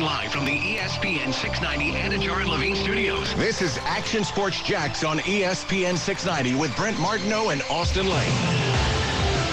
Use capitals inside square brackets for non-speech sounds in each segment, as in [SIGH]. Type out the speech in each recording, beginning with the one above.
live from the E ESPN 690 Anajar and Levine Studios. This is Action Sports Jacks on E ESPN 690 with Brent Martineau and Austin Lane.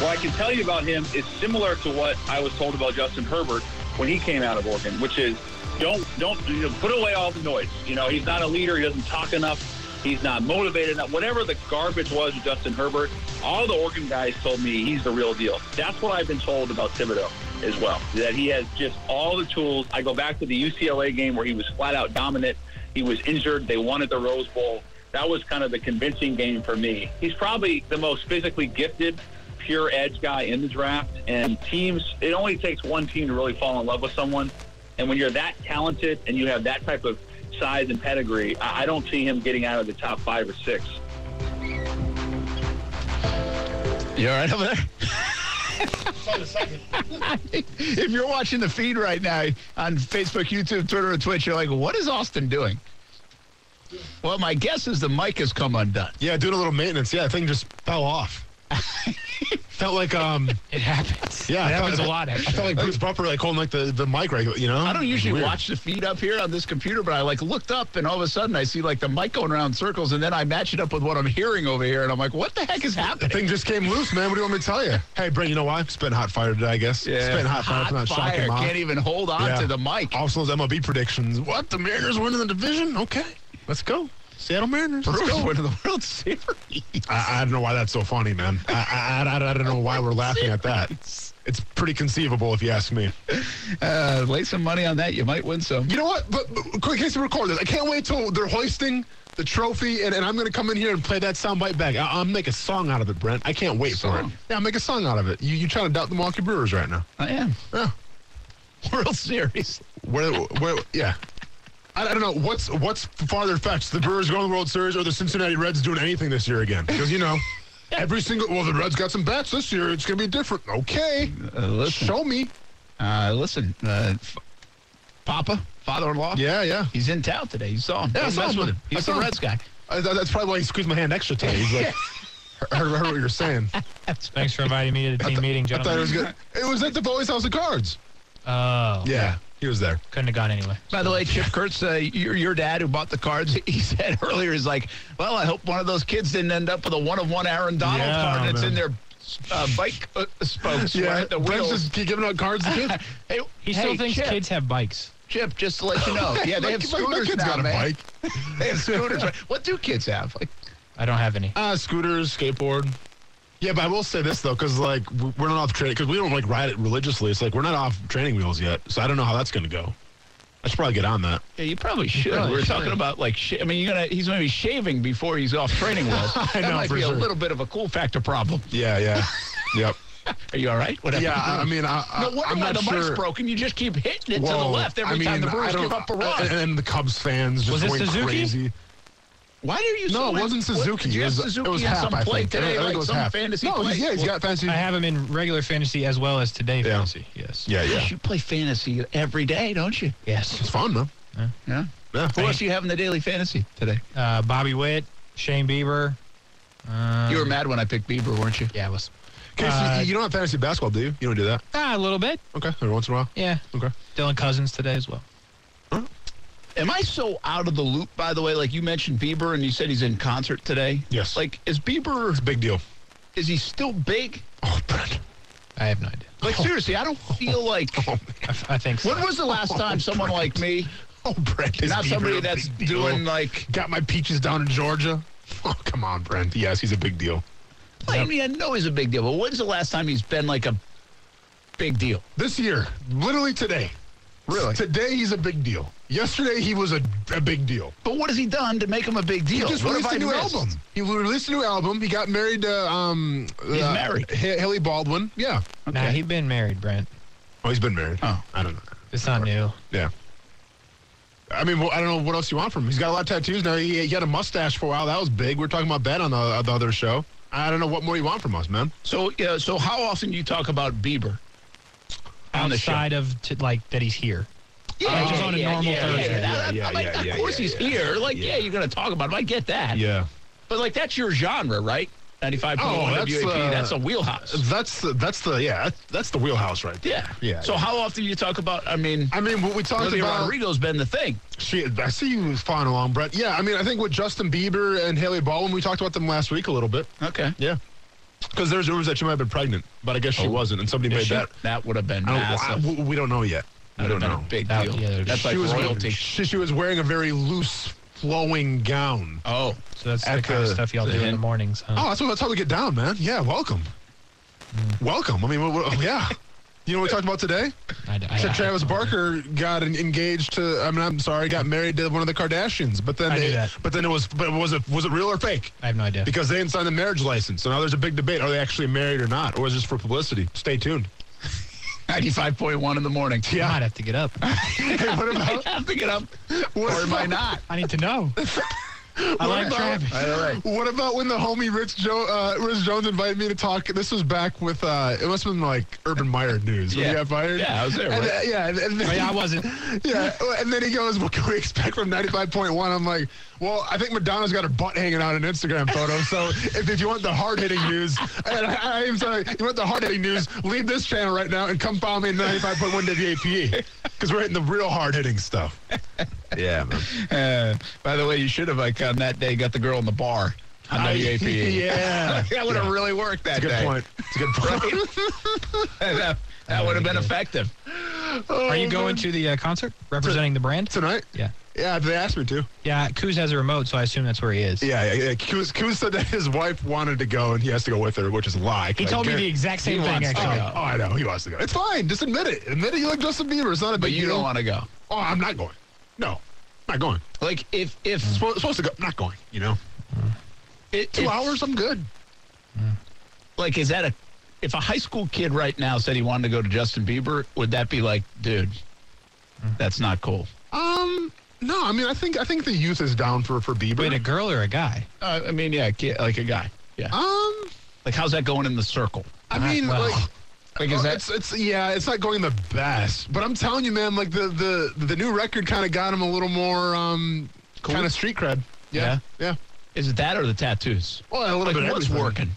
What I can tell you about him is similar to what I was told about Justin Herbert when he came out of Oregon, which is don't don't you know, put away all the noise. You know, he's not a leader. He doesn't talk enough. He's not motivated enough. Whatever the garbage was with Justin Herbert, all the Oregon guys told me he's the real deal. That's what I've been told about Thibodeau as well. That he has just all the tools. I go back to the UCLA game where he was flat out dominant. He was injured. They wanted the Rose Bowl. That was kind of the convincing game for me. He's probably the most physically gifted pure edge guy in the draft. And teams, it only takes one team to really fall in love with someone. And when you're that talented and you have that type of size and pedigree, I, I don't see him getting out of the top five or six. You all right over there? if you're watching the feed right now on Facebook, YouTube, Twitter, and Twitch, you're like, what is Austin doing? Well, my guess is the mic has come undone. Yeah, doing a little maintenance. Yeah, the thing just fell [LAUGHS] off. felt like um It happens. yeah, it I felt- happens a lot. I felt Actually, like Bruce Buffer like holding like the the mic right, you know. I don't usually Weird. watch the feed up here on this computer, but I like looked up and all of a sudden I see like the mic going around in circles, and then I match it up with what I'm hearing over here, and I'm like, what the heck is The happening? thing just came loose, man. What do you want me to tell you? Hey, Brent, you know why? Spitting hot fire today, I guess. Spitting hot fire. Hot from that shocking fire. mom. Can't even hold on Yeah. to the mic. Also, those MLB predictions. What? The Mariners winning the division? Okay, let's go. Seattle Mariners. Let's Bruce go. went to the World Series. I, I don't know why that's so funny, man. I, I, I, I don't know why we're laughing at [LAUGHS] that. It's pretty conceivable, if you ask me. Uh, lay some money on that. You might win some. You know what? But, but quick, in case we record this, I can't wait till they're hoisting the trophy, and, and I'm going to come in here and play that soundbite back. I, I'll make a song out of it, Brent. I can't wait for it. Song? Yeah, I'll make a song out of it. You, you trying to doubt the Milwaukee Brewers right now? I am. Yeah. [LAUGHS] World Series. Where, where, yeah. I, I don't know what's what's farther fetched: the Brewers going to the World Series or the Cincinnati Reds doing anything this year again? Because you [LAUGHS] know, every single well, the Reds got some bats this year. It's going to be different. Okay, Uh, listen, show me. uh, listen, uh, f- Papa, father-in-law. Yeah, yeah. he's in town today. You saw him. Yeah, I Don't saw mess him. with him. I He's saw the him. Reds guy. I, that- that's probably why he squeezed my hand extra today. He's [LAUGHS] like, heard, heard what you're saying. Thanks for inviting me to the team meeting, I thought it gentlemen. was good. It was at the Foley's House of Cards. Oh, Yeah, he was there. couldn't have gone anyway. By the way, Chip Kurtz, uh, your, your dad who bought the cards, [LAUGHS] he said earlier, he's like, well, I hope one of those kids didn't end up with a one of one Aaron Donald Yeah, card that's man. in their uh, bike uh, spokes. Yeah, right, the Brent's wheels. just keep giving out cards to [LAUGHS] kids. [LAUGHS] hey, He still hey, thinks Chip, kids have bikes. Chip, just to let you [LAUGHS] know, yeah, My- they have my, my scooters kid's now, got a man. bike. They [LAUGHS] have scooters. right? What do kids have? Like, I don't have any. Uh, scooters, skateboard. Yeah, but I will say this though, because like w- we're not off training, because we don't like ride it religiously. It's like we're not off training wheels yet, so I don't know how that's gonna go. I should probably get on that. Yeah, you probably should. probably We're should. talking about like, sh- I mean, you're gonna he's gonna be shaving before he's off training [LAUGHS] [LAUGHS] wheels. that know, might for be sure. a little bit of a cool factor problem. Yeah, yeah, [LAUGHS] yep. Are you all right? Whatever. Yeah, I I mean, I, I, [LAUGHS] no wonder I'm why not the mic's sure. broken. You just keep hitting it to Whoa, the left every I mean, time the I Brewers don't- give up a uh, And, run. and the Cubs fans just Was it going Suzuki? crazy. Why are you? No, so it wasn't in- what- Suzuki. did you It have was- Suzuki it was on half, some I play think. I today, think it like was some half. fantasy No, play. he's- yeah, he's got fantasy. I have him in regular fantasy as well as today Yeah. fantasy. Yes. Yeah, yeah. Gosh, you play fantasy every day, don't you? Yes. It's fun, man. Yeah. Yeah. Who else do you have in the daily fantasy today? Uh, Bobby Witt, Shane Bieber. Um, you were mad when I picked Bieber, weren't you? Yeah, I was. Casey, Uh, you don't have fantasy basketball, do you? You don't do that. Ah, a little bit. Okay, every once in a while. Yeah. Okay. Dylan Cousins today as well. Am I so out of the loop? By the way, like you mentioned Bieber, and you said he's in concert today. Yes. Like, is Bieber? It's a big deal. Is he still big? Oh, Brent. [LAUGHS] I have no idea. Like Oh. seriously, I don't feel like. I, f- I think so. When was the last time someone like me, Oh, Brent. is not Bieber somebody a that's big deal? doing like, Got my peaches down in Georgia. [LAUGHS] Oh, come on, Brent. Yes, he's a big deal. I mean, I know he's a big deal, but when's the last time he's been like a big deal? This year, literally today. Really? Today, he's a big deal. Yesterday, he was a, a big deal. But what has he done to make him a big deal? He just What released have a I new missed? album. He released a new album. He got married to um, He's married. H- Haley Baldwin. Yeah. Nah, Okay. he'd been married, Brent. Oh, he's been married. Oh. I don't know. It's not new. Yeah. I mean, well, I don't know what else you want from him. He's got a lot of tattoos now. He, he had a mustache for a while. That was big. We are talking about Ben on the, on the other show. I don't know what more you want from us, man. So, yeah, so how often do you talk about Bieber? On the show. Outside of t- like that, he's here. Yeah, just on a normal Thursday. Uh, that- Yeah, I mean, yeah, yeah, of course yeah, he's yeah. here. Like, yeah, you're gonna talk about him. I get that. Yeah. But like, that's your genre, right? 95.1 Oh, that's, WAP, uh, that's a wheelhouse. That's the, that's the yeah that's- that's the wheelhouse right there. Yeah. Yeah, So yeah. how often do you talk about? I mean, I mean, what we talked Olivia about. Rodrigo's been the thing. She, I see you was following along, Brett. Yeah, I mean, I think with Justin Bieber and Haley Baldwin, we talked about them last week a little bit. Okay. Yeah, because there's rumors that she might have been pregnant, but I guess she wasn't, and somebody made Oh. She- that. that would have been I massive. don't, I, we don't know yet. I That don't would have know. been a big That- deal. yeah, That's she like she was royalty. She, she was wearing a very loose, flowing gown. oh, So that's the at kind of the- stuff y'all do in the hint. mornings. Huh? Oh, that's what. That's how we get down, man. Yeah, welcome, welcome. I mean, what, what, yeah. You know what we talked about [LAUGHS] today? I, I- Tra- I- Travis I- Barker got en- engaged to. I mean, I'm sorry, got married to one of the Kardashians. But then, I knew it- that. but then it was. But was it was it real or fake? I have no idea. Because they didn't sign the marriage license. So now there's a big debate: are they actually married or not, or is this for publicity? Stay tuned. 95.1 in the morning. [LAUGHS] I might have to get up. [LAUGHS] Hey, what about? I'm picking up. What Or am I about- not? I need to [LAUGHS] know. I like Travis. All right. What about when the homie Rich, jo- uh, Rich Jones invited me to talk? This was back with uh, it must have been like Urban Meyer news when Yeah. he got fired. Yeah, I was there, And, right? uh, yeah, and, and then, Oh, yeah, I [LAUGHS] wasn't. [LAUGHS] Yeah, and then he goes, "What can we expect from 95.1?" I'm like, "Well, I think Madonna's got her butt hanging out in an Instagram photo. So if, if you want the hard hitting news, and I, I am sorry, you want the hard hitting news, leave this channel right now and come follow me at 95.1 WAPE because E, we're hitting the real hard hitting stuff." Yeah, man. Uh, by the way, you should have, like, on that day, got the girl in the bar on I- [LAUGHS] WAPE. yeah. that would have really worked that It's a good day. point. It's a good [LAUGHS] point. [LAUGHS] that that would have been effective. Are you going to the uh, concert representing the brand? tonight? Yeah. Yeah, they asked me to. Yeah, Kuz has a remote, so I assume that's where he is. Yeah, yeah, yeah. Kuz, Kuz said that [LAUGHS] his wife wanted to go and he has to go with her, which is a lie. He told me the exact same thing, Oh, actually. oh, I know. He wants to go. It's fine. Just admit it. Admit it. You like Justin Bieber. It's not a big But you deal. don't want to go. Oh, I'm not going. No, not going. Like, if, if, Supposed, supposed to go. Not going. You know. it, Two if- hours. I'm good. like, is that a, if a high school kid right now said he wanted to go to Justin Bieber, would that be like, dude, that's not cool? Um. No, I mean, I think I think the youth is down for for Bieber. Wait, a girl or a guy? Uh, I mean, yeah, a kid, like a guy. Yeah. um. Like, how's that going in the circle? I mean, well. like. Like, uh, is Oh, that it's, it's yeah, it's not going the best. But I'm telling you, man, like the the the new record kind of got him a little more um kind of street cred. yeah. is it that or the tattoos? Well, a little Like, bit. of what's everything. working?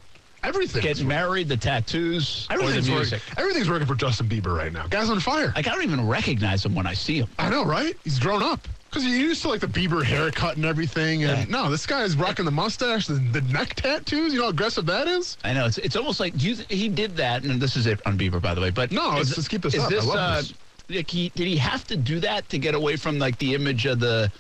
Everything. Getting married, the tattoos, or the everything's working. music. Everything's working for Justin Bieber right now. Guy's on fire. Like I don't even recognize him when I see him. I know, right? He's grown up. Because you're used to like the Bieber haircut and everything. And no, this guy is rocking the mustache, the, the neck tattoos. You know how aggressive that is? I know it's it's almost like you, he did that, and this is it on Bieber, by the way. But No, let's is- just keep this Is up. I this, love uh, this. Like he, did he have to do that to get away from like the image of the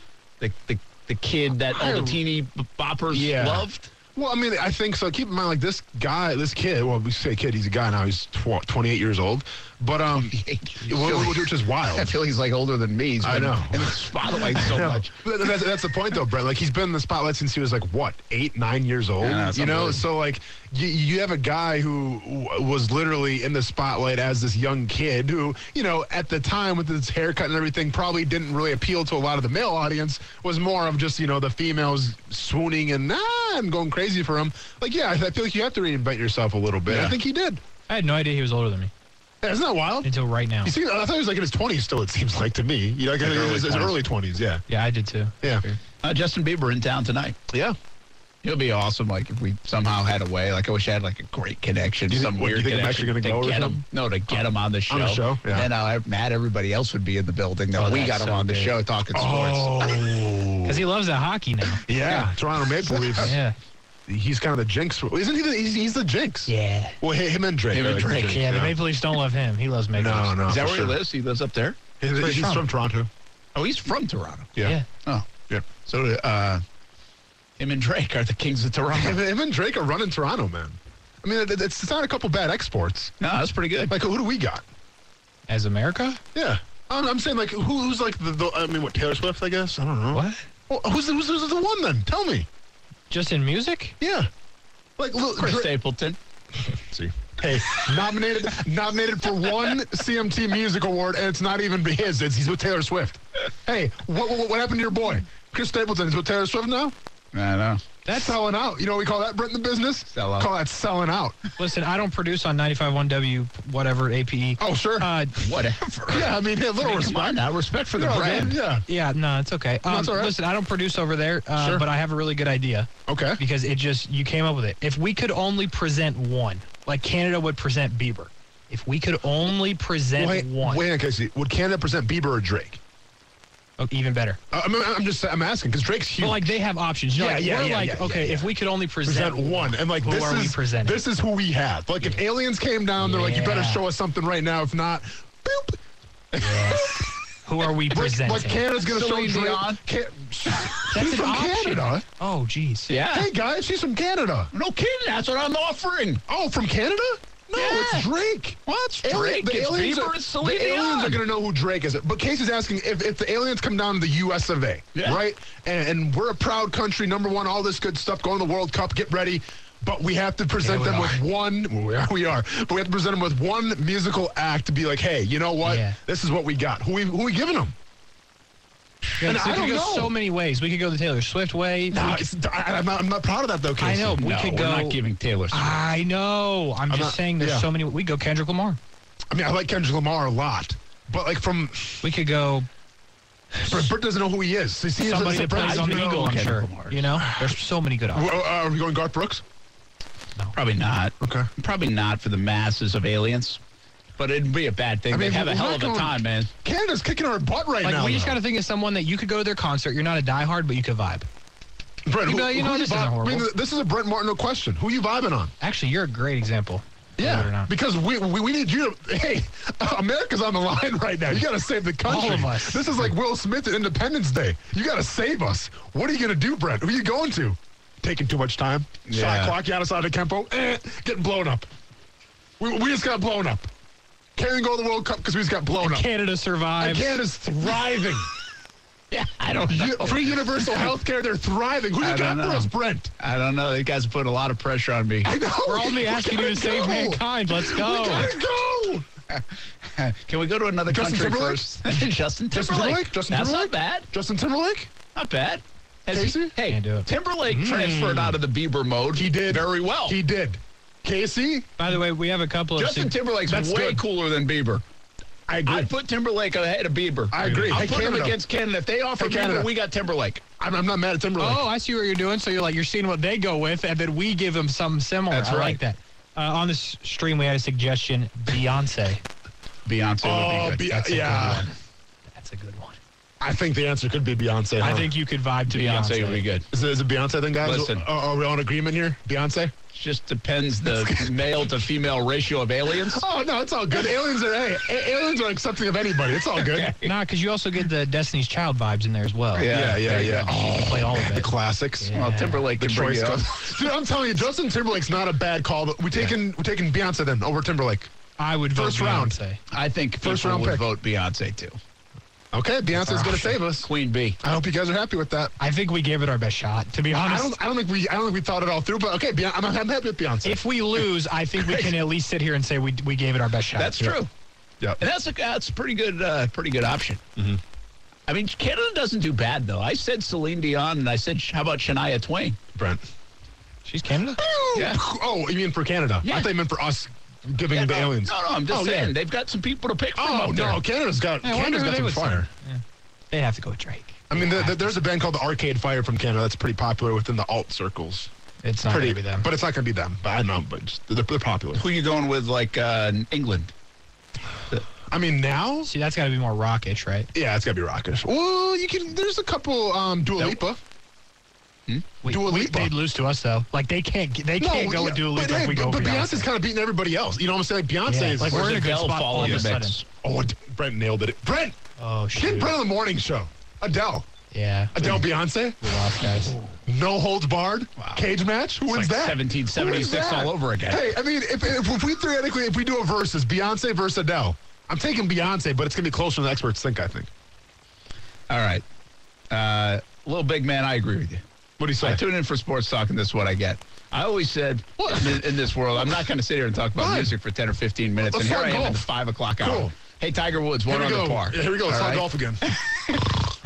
the the, the kid that all the I- teeny boppers Yeah. loved? Well, I mean, I think so. Keep in mind, like this guy, this kid. Well, we say kid. He's a guy now. He's tw- 28 years old. But [LAUGHS] um, wh- wh- which is wild. I feel he's like older than me. He's I been know. in the spotlight [LAUGHS] so No. much. But That's, that's the point, though, Brett. Like he's been in the spotlight since he was like what eight, nine years old. Yeah, that's you know, unbelievable. so like you, you have a guy who w- was literally in the spotlight as this young kid who, you know, at the time with his haircut and everything, probably didn't really appeal to a lot of the male audience. Was more of just you know the females swooning and ah, I'm going crazy for him. Like yeah, I, I feel like you have to reinvent yourself a little bit. Yeah. I think he did. I had no idea he was older than me Yeah, Isn't that wild? until right now. You see, I thought he was like in his 20s still. It seems like to me, you know, like, Like early his, his 20s. early 20s. Yeah, Yeah, I did too. yeah, Uh, Justin Bieber in town tonight. yeah. It'll be awesome. Like if we somehow had a way. Like I wish I had like a great connection, You think- some what, you weird think I'm connection actually gonna to go or get something? him. No, to get him on the show. On the show, yeah. And then uh, Matt, everybody else would be in the building. Then Oh, we that's got him so on the good. show talking sports. [LAUGHS] Oh. Because he loves that hockey now. Yeah, Toronto Maple Leafs. Yeah. He's kind of the jinx. Isn't he? The, he's, he's the jinx. Yeah. Well, hi- him and Drake. Him and are like the Drake, jinx, Yeah, the Maple Leafs don't love him. He loves Maple No, Leafs. no. Is that for where sure. he lives? Oh, He lives up there. He's, where he's he's from Toronto. Oh, he's from Toronto. Yeah. Yeah. Oh, Yeah. so uh, him and Drake are the kings of Him, Toronto. him and Drake are running Toronto, man. I mean, it- it's, it's not a couple bad exports. [LAUGHS] no, that's pretty good. Like, who do we got? As America? Yeah. I'm, I'm saying, like, who, who's like the, the. I mean, what, Taylor Swift, I guess? I don't know. What? Well, who's, the- who's, who's the one then? Tell me. Just in music? Yeah. Like, look. Chris Dra- Stapleton. Hey, nominated nominated for one CMT Music Award, and it's not even his. It's he's with Taylor Swift. Hey, what what, what happened to your boy, Chris Stapleton? He's with Taylor Swift now. I know. That's Selling out. You know what we call that, Brent, in the business? Sell out. Call that selling out. listen. I don't produce on 95.1 W whatever APE. Oh, sure. [LAUGHS] Uh, Whatever. yeah, I mean, hey, a little Come respect. on now, respect for the Yeah, brand. Yeah. yeah, no, it's okay. Um, it's all right. Listen, I don't produce over there, uh, Sure. but I have a really good idea Okay. because it just you came up with it. If we could only present one, like Canada would present Bieber. If we could only present Wait, one, wait, Casey. Would Canada present Bieber or Drake? Oh, even better. Uh, I'm, I'm just I'm asking because Drake's huge. But like they have options. You know, Yeah, like, yeah, we're yeah, like, yeah, yeah, okay, if we could only present, present one, and like who this are we is presenting? this is who we have. Like if aliens came down, they're like, you better Yeah. show us something right now. If not, boop. who are we Like, presenting? like Canada's gonna Celine show Drake. Dion? Can- That's she's an from option. Canada. Oh, jeez. Yeah. Hey guys, she's from Canada. No kidding. That's what I'm offering. Oh, from Canada? No, Yeah. it's Drake. What? Ali- Drake. the It's aliens Bieber are, and Celine the aliens Dion. are going to know who Drake is. But Casey's asking if, if the aliens come down to the U.S. of A., Yeah. right? And, and we're a proud country, number one, all this good stuff, going to the World Cup, get ready. But we have to present Yeah, we them with one. well, We are, we are, but we have to present them with one musical act to be like, hey, you know what? Yeah. This is what we got. Who we who we giving them? Yeah, And so I we could don't go know. so many ways. We could go the Taylor Swift way. We Nah, could- it's, I, I'm, not, I'm not proud of that though, I Casey. know. We no, could we're go. not giving Taylor Swift. I know. I'm, just not- saying. There's yeah. so many. We could go Kendrick Lamar. I mean, I like Kendrick Lamar a lot, but like from We could go Bert, Bert doesn't know who he is. See, see, it's- somebody it's a that plays surprise. on the You know, Eagle. I'm Kendrick sure. Lamar. You know, there's so many good options. Well, uh, Are we going Garth Brooks? Probably not. Okay. Probably not for the masses of aliens. But it'd be a bad thing. I mean, They'd have a we're hell not of a going- time, man. Canada's kicking our butt right Like now. we just though. got to think of someone that you could go to their concert. You're not a diehard, but you could vibe. Brent, You know, you know, who this you isn't vibe- I mean, horrible. this is a Brent Martineau question. Who you vibing on? Actually, you're a great example. believe it or Yeah, not. because we, we we need you to. Hey, America's on the line right now. You got to save the country. All of us. This is like Will Smith at Independence Day. You got to save us. What are you gonna do, Brent? Who are you going to? Taking too much time. Yeah. Shot clock. Giannis Antetokounmpo. Eh, getting blown up. We, we just got blown up. Can't even go to the World Cup because we just got blown up. Canada And survives. Canada's [LAUGHS] thriving. Yeah, I don't know. You- Free universal health care. They're thriving. Who do I you got don't for know. us, Brent? I don't know. These guys put a lot of pressure on me. I know. We're only We asking you gotta to save go. mankind. Let's We go. gotta go. Can we go to another Justin country Timberlake? first? [LAUGHS] Justin Justin Timberlake. Timberlake? Justin That's Timberlake? not bad. Justin Timberlake? Not bad. Has he- Casey? hey, Can't do it. Timberlake transferred out of the Bieber mode. Mm. He did very well. He did. Casey? By the way, we have a couple of Justin sug- Timberlake's That's way good. cooler than Bieber. I I'd put Timberlake ahead of Bieber. I agree. I'll Hey, put him Canada. against Canada. If they offer Hey, Canada. Bieber, we got Timberlake. I'm, I'm not mad at Timberlake. Oh, I see what you're doing. So you're like you're seeing what they go with, and then we give them something similar. That's I right. like that. Uh, on this stream, we had a suggestion: Beyonce. Beyonce Oh, would be Be- good. yeah. That's a good one. I think the answer could be Beyonce. I huh? think you could vibe to Beyonce, Beyonce. would be good. Is it, is it Beyonce then, guys? Listen. Are, are we all in agreement here? Beyonce? Just depends the male to female ratio of aliens. Oh, no, it's all good. aliens are, hey, a- aliens are accepting of anybody. It's all good. Nah, because you also get the Destiny's Child vibes in there as well. Yeah, yeah, yeah. You can play all of the it. classics. Yeah. Well, Timberlake The can bring choice you up. goes. [LAUGHS] Dude, I'm telling you, Justin Timberlake's not a bad call, but we're taking, we're taking Beyonce then over Timberlake. I would vote First Beyonce. round. [LAUGHS] I think First people round would pick. vote Beyonce too. Okay, Beyonce's going to save us. Queen B. I hope you guys are happy with that. I think we gave it our best shot. To be I honest, don't, I don't think we, I don't think we thought it all through, but okay, Beyonce, I'm, I'm happy with Beyonce. if we lose, I think we can at least sit here and say we we gave it our best shot. That's true. Yep. And that's a that's a pretty good uh, pretty good option. Mm-hmm. I mean, Canada doesn't do bad though. I said Celine Dion, and I said how about Shania Twain? Brent. She's Canada. Yeah. [LAUGHS] Oh, you mean for Canada? Yeah. I thought you meant for us giving the no, aliens. No, no, I'm just Oh, saying yeah. they've got some people to pick from. Oh up no, there. Canada's got I wonder Canada's who got they some would fire. They have to go with Drake. I mean, there, there- there's a band called the Arcade Fire from Canada that's pretty popular within the alt circles. It's not pretty, gonna be them. but it's not gonna be them. But I know, but just, they're, they're popular. Who you going with? Like uh, England? I mean, now, See, that's got to be more rockish, right? yeah, it's gotta be rockish. Well, you can. There's a couple um, Dua Lipa. We, Dua we- Lipa. they'd lose to us though. Like they can't. They can't go yeah, with Dua Lipa But, hey, if we but, go but with Beyonce's kind of beating everybody else. You know what I'm saying? Beyonce Yeah, is like, we're in a good Adele spot fall all in of a the sudden. mix? Oh, Brent nailed it. Brent, Oh get shit. Brent on the morning show. Adele, Yeah. Adele, Beyonce. We lost, guys. No holds barred. Cage match. Who wins like that? 1776 Who wins that? all over again. Hey, I mean, if, if, if we theoretically, if we do a versus Beyonce versus Adele, I'm taking Beyonce, but it's gonna be closer than the experts think. I think. All right. Uh, little big man, I agree with you. What do you say? I tune in for sports talk, and this is what I get. I always said in, thi- in this world, I'm not going to sit here and talk about Fine. music for 10 or 15 minutes, Let's and here talk I am at golf. the 5 o'clock hour. Cool. Hey, Tiger Woods, one Here we under go. par. [LAUGHS] Yeah, here we go. It's All on right? golf again.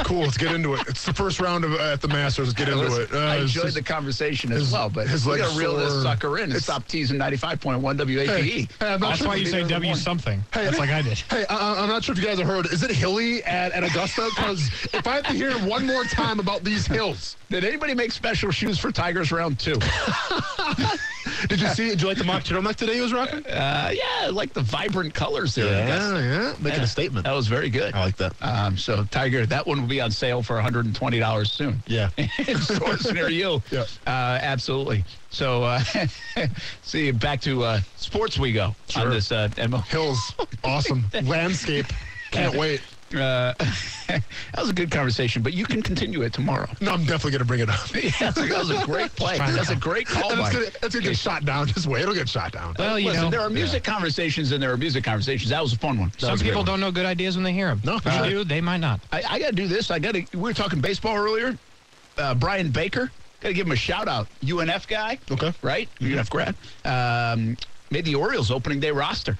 cool. Let's get into it. It's the first round of uh, at the Masters. Let's get into Listen, it. Uh, I it's enjoyed just- the conversation as his- well, but his we legs got to reel this sore. sucker in and stop teasing 95.1 WAPE. Hey, I'm not That's sure why if you you say did it W online. something. Hey, That's like I did. Hey, I, I'm not sure if you guys have heard. Is it hilly at, at Augusta? Because if I have to hear one more time about these hills, Did anybody make special shoes for Tigers round two? did you see? Did you like the mock turtleneck today? He was rocking. Uh, yeah, like the vibrant colors there. I guess. Yeah, yeah, making Yeah, a statement. Oh. That was very good. I like that. Um, so, Tiger, that one will be on sale for $120 soon. [LAUGHS] Yeah. in stores near you. [LAUGHS] Yeah. Uh, absolutely. So, uh, [LAUGHS] see, back to uh, sports we go on Sure. this uh, MO. Hills, awesome [LAUGHS] landscape. Can't wait. Uh, [LAUGHS] that was a good conversation, but you can continue it tomorrow. No, I'm definitely gonna bring it [LAUGHS] up. Yeah, that was a great play. trying to That's a help. great call. And it's by- gonna, it's gonna get shot down. Just wait, it'll get shot down. Well, you Listen, know, there are music conversations and there are music conversations. That was a fun one. some people don't know good ideas when they hear them. No, you that's right. do. They might not. I, I got to do this. I got to. We were talking baseball earlier. Uh, Brian Baker. Got to give him a shout out. UNF guy. Okay. Right? UNF grad. Um, made the Orioles opening day roster.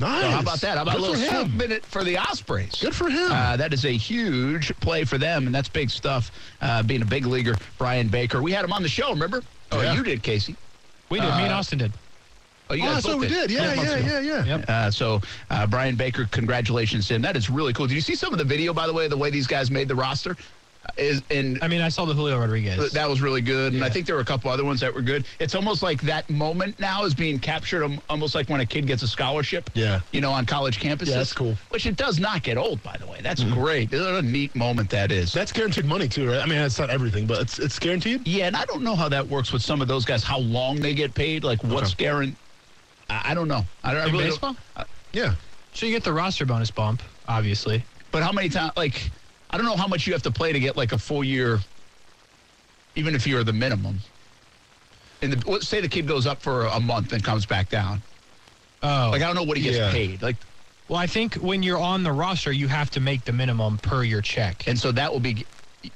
Nice. So how about that? How about Good a little for him. six minute for the Ospreys? Good for him. Uh, that is a huge play for them, and that's big stuff. Uh, being a big leaguer, Brian Baker. We had him on the show, remember? Oh, Yeah. you did, Casey. Uh, We did. Me and Austin did. Oh, you oh, guys that's what both we did. Yeah, yeah, yeah, yeah. Yep. Uh, so, uh, Brian Baker, congratulations to him. That is really cool. Did you see some of the video, by the way, the way these guys made the roster? Uh, Is and I mean, I saw the Julio Rodriguez. that was really good, and I Yeah. think there were a couple other ones that were good. It's almost like that moment now is being captured, um, almost like when a kid gets a scholarship. Yeah. you know, on college campuses. Yeah, that's cool. Mm-hmm. Which it does not get old, by the way. That's great. What a neat moment that is. That's guaranteed money too, right? I mean, it's not everything, but it's it's guaranteed. yeah, and I don't know how that works with some of those guys. How long they get paid? Like what's guaranteed? I I don't know. I, don't, I In really don't- baseball? Yeah. So you get the roster bonus bump, obviously. But how many times? Like, I don't know how much you have to play to get like a full year, even if you're the minimum. And the, let's say the kid goes up for a month and comes back down. Oh. Like I don't know what he gets Yeah. paid. Like, well, I think when you're on the roster, you have to make the minimum per your check. and so that will be,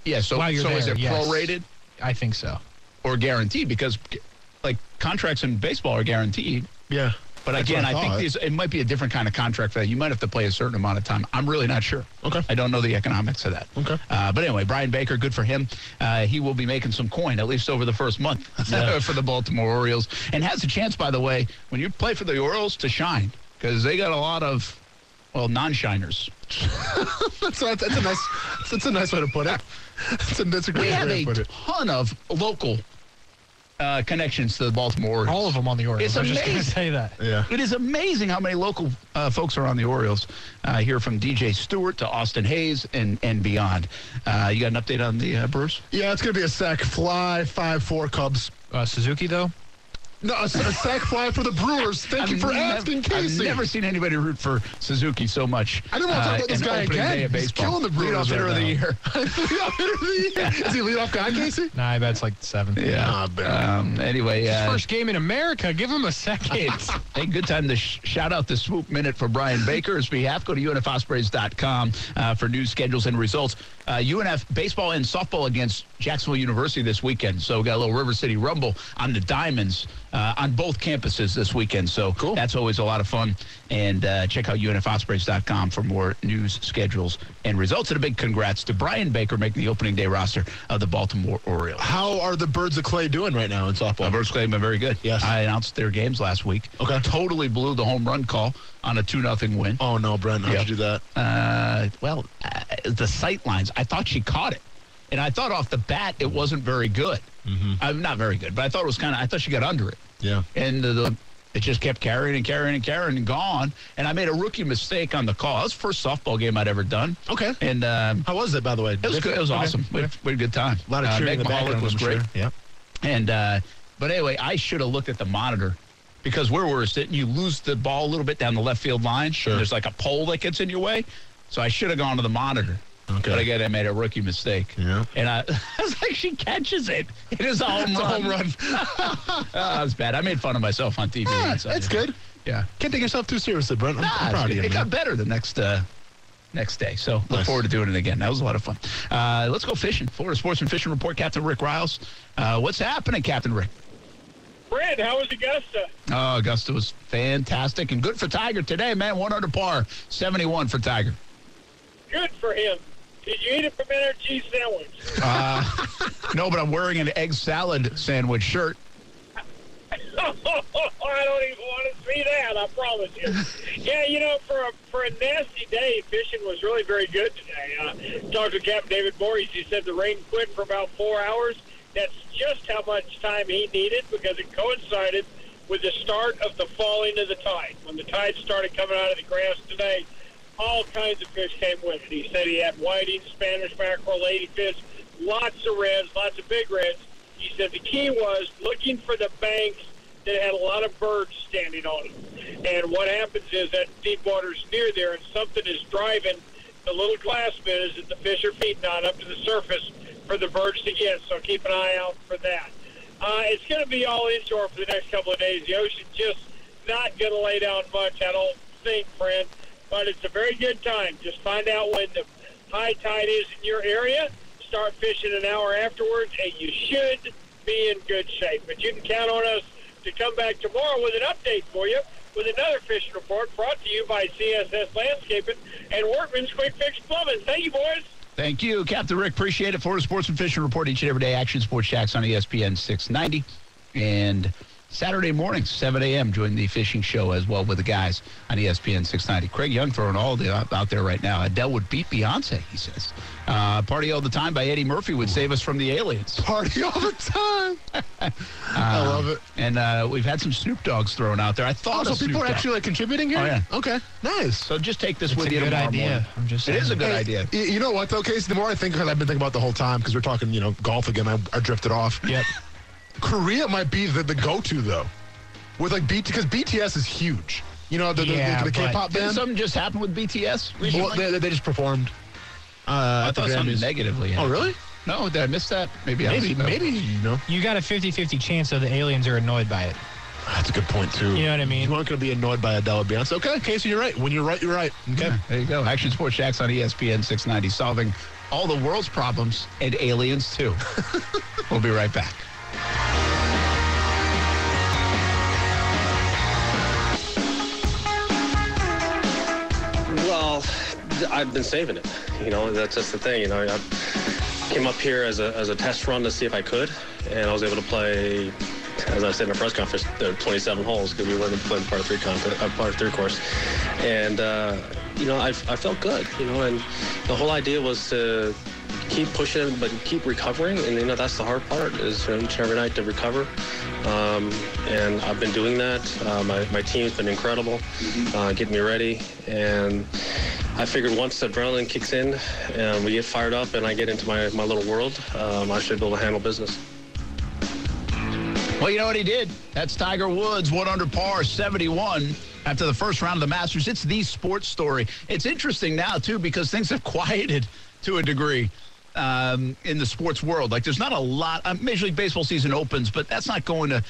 yeah. So While you're so is there, it yes. prorated I think so. or guaranteed? Because like contracts in baseball are guaranteed. Yeah. [LAUGHS] But That's again, what I, I think thought. these, it might be a different kind of contract for that. You might have to play a certain amount of time. I'm really not sure. Okay. I don't know the economics of that. Okay. Uh, but anyway, Brian Baker, good for him. Uh, he will be making some coin, at least over the first month [LAUGHS] for the Baltimore Orioles. And has a chance, by the way, when you play for the Orioles, to shine because they got a lot of, well, non shiners. That's that's, that's a nice that's a nice way to put it. That's a, that's a We great have way a to put it. ton of local uh, connections to the Baltimore Orioles. All of them on the Orioles. It's I was just going to amazing. say that. Yeah. It is amazing how many local uh, folks are on the Orioles. Uh, here from DJ Stewart to Austin Hayes and and beyond. Uh, you got an update on the uh, Brewers? Yeah, it's gonna be a sack fly five four Cubs. Uh, Suzuki, though, No, a, s- a sack fly for the Brewers. Thank you for nev- asking, I've Casey. never seen anybody root for Suzuki so much. uh, I didn't want to talk about this in guy opening again. day of He's baseball. killing the Brewers right Leadoff hitter of the now. year. Leadoff hitter of the year. Is he leadoff guy, Casey? nah, I bet it's like seven. [LAUGHS] Nah, [LAUGHS] Yeah. bad. Um, anyway, His uh, First game in America. Give him a second. [LAUGHS] Hey, good time to sh- shout out the swoop minute for Brian Baker's behalf. Go to unfospreys.com uh, for news, schedules, and results. Uh, UNF baseball and softball against Jacksonville University this weekend. So we got a little River City Rumble on the Diamonds uh, on both campuses this weekend. So cool. that's always a lot of fun. And uh, check out unfospreys.com for more news, schedules, and results. And a big congrats to Brian Baker making the opening day roster of the Baltimore Orioles. How are the Birds of Clay doing right now in softball? Well, Verse Clayman, very good. Yes. I announced their games last week. Okay. Totally blew the home run call on a 2 nothing win. Oh no, Brent, how'd Yeah. you do that? Uh, well, uh, the sight lines, I thought she caught it. And I thought off the bat it wasn't very good. Mm-hmm. I'm not very good, but I thought it was kind of, I thought she got under it. Yeah. And the, the, it just kept carrying and carrying and carrying and gone. And I made a rookie mistake on the call. That was the first softball game I'd ever done. Okay. And um, How was it, by the way? it was good. It was Okay. awesome. We, had, we had a good time. A Uh, lot of cheering Meg in the Mahalik background. was I'm great. Sure. Yeah. And uh, but anyway, I should have looked at the monitor because where we were sitting, you lose the ball a little bit down the left field line. Sure. There's like a pole that gets in your way. So I should have gone to the monitor. Okay. But again, I made a rookie mistake. Yeah. And I, [LAUGHS] I was like, she catches it. It is a home run. home [LAUGHS] run. that was bad. I made fun of myself on TV. Yeah, on Sunday. that's good. Yeah. Can't take yourself too seriously, Brent. I'm, Nah, I'm it's proud good. of you. It man. got better the next uh, next day. So look Nice. forward to doing it again. That was a lot of fun. Uh, let's go fishing. Florida Sports and Fishing Report, Captain Rick Riles. Uh, what's happening, Captain Rick? Brad, how was Augusta? Oh, Augusta was fantastic and good for Tiger today, man. One under par, 71 for Tiger. Good for him. Did you eat a pimento cheese sandwich? No, but I'm wearing an egg salad sandwich shirt. I don't even want to see that. I promise you. Yeah, you know, for a for a nasty day, fishing was really very good today. Uh, talked to Captain David Morris. He said the rain quit for about four hours. That's just how much time he needed because it coincided with the start of the falling of the tide. When the tide started coming out of the grass today, all kinds of fish came with it. He said he had whiting, Spanish mackerel, ladyfish, lots of reds, lots of big reds. He said the key was looking for the banks that had a lot of birds standing on them. And what happens is that deep water's near there, and something is driving the little glass bits that the fish are feeding on up to the surface for the birds to get. So keep an eye out for that. Uh, it's going to be all inshore for the next couple of days. The ocean just not going to lay down much. I don't think, friend. But it's a very good time. Just find out when the high tide is in your area. Start fishing an hour afterwards, and you should be in good shape. But you can count on us to come back tomorrow with an update for you with another fishing report brought to you by CSS Landscaping and Workman's Quick Fix Plumbing. Thank you, boys. Thank you, Captain Rick. Appreciate it. Florida Sports and Fishing Report each and every day. Action Sports Jacks on E ESPN 690. And Saturday morning, 7 a.m., join the fishing show as well with the guys on E ESPN 690. Craig Young throwing all the out out there right now. Adele would beat Beyonce, he says. Uh, Party All the Time by Eddie Murphy would save us from the aliens. Party all the time. I love it. And uh, we've had some Snoop Dogs thrown out there. I thought [LAUGHS] Also, of Snoop people are Dogg. actually like contributing here. Oh, yeah. Okay. Nice. So just take this It's with a you good tomorrow idea. morning. I'm just it is a saying. good Hey, idase y- You know what though, Casey? The more I think, 'cause I've been thinking about the whole time because we're talking, you know, golf again. I, I drifted off. Yep. Korea might be the, the go-to though, with like BT because BTS is huge. You know, the, the- Yeah, the, the but- K-pop Didn't band. something just happen with BTS recently? Well, they, they just performed. Uh, I at the thought something Grammys. negatively. Oh, happened. really? No, did I miss that? Maybe I Maybe, was- maybe you know. You got a 50-50 chance that the aliens are annoyed by it. That's a good point too. You know what I mean? You aren't going to be annoyed by Adele or Beyonce. Okay, Casey, you're right. When you're right, you're right. Okay. There you go. Action Sports Jacks on E ESPN 690, solving all the world's problems and [LAUGHS] aliens too. we'll be right back. Well, I've been saving it. You know, that's just the thing. You know, I came up here as a, as a test run to see if I could, and I was able to play, as I said in the press conference, there were 27 holes because we were playing part three contest, uh, part three course, and uh, you know, I, I felt good. You know, and the whole idea was to keep pushing, but keep recovering, and you know, that's the hard part is you know, each and every night to recover. Um, and I've been doing that. Uh, my, my team's been incredible, uh, getting me ready. And I figured once the adrenaline kicks in and we get fired up and I get into my, my little world, um, I should be able to handle business. Well, you know what he did? That's Tiger Woods, one under par, 71 after the first round of the Masters. It's the sports story. It's interesting now, too, because things have [LAUGHS] quieted to a degree um, in the sports world. Like, there's not a lot. Uh, Major League Baseball season opens, but that's not going to.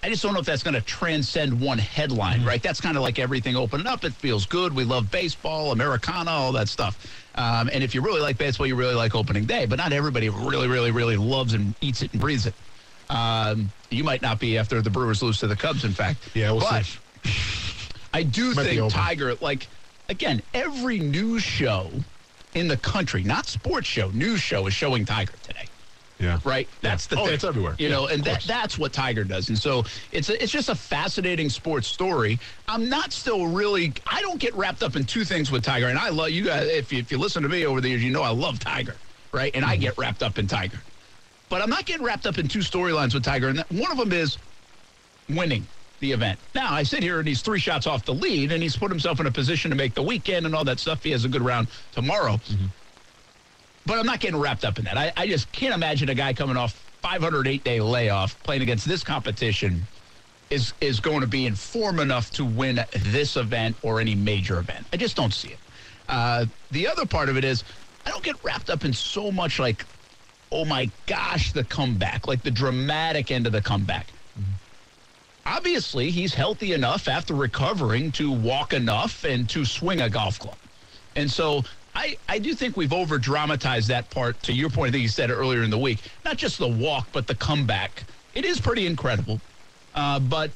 I just don't know if that's going to transcend one headline, Mm-hmm. right? That's kind of like everything opening up. It feels good. We love baseball, Americana, all that stuff. Um, and if you really like baseball, you really like opening day. But not everybody really, really, really loves and eats it and breathes it. Um, you might not be after the Brewers lose to the Cubs. In fact, Yeah, we'll but see. I do Might be think open. Tiger, like again, every news show in the country, not sports show, news show is showing Tiger today Yeah. right? That's the Oh, thing. it's everywhere. You Yeah, know, and of that, course. that's what Tiger does. And so it's a, it's just a fascinating sports story. I'm not still really I don't get wrapped up in two things with Tiger. And I love you guys if you, if you listen to me over the years, you know I love Tiger, right? And I Mm-hmm. get wrapped up in Tiger. But I'm not getting wrapped up in two storylines with Tiger. And that, one of them is winning the event. Now, I sit here and he's three shots off the lead and he's put himself in a position to make the weekend and all that stuff. He has a good round tomorrow. Mm-hmm. But I'm not getting wrapped up in that. I, I just can't imagine a guy coming off 508 day layoff playing against this competition is is going to be in form enough to win this event or any major event. I just don't see it. Uh, the other part of it is I don't get wrapped up in so much like, oh my gosh, the comeback, like the dramatic end of the comeback obviously he's healthy enough after recovering to walk enough and to swing a golf club. And so I, I do think we've over dramatized that part to your point. I think you said it earlier in the week. Not just the walk, but the comeback. It is pretty incredible. Uh, but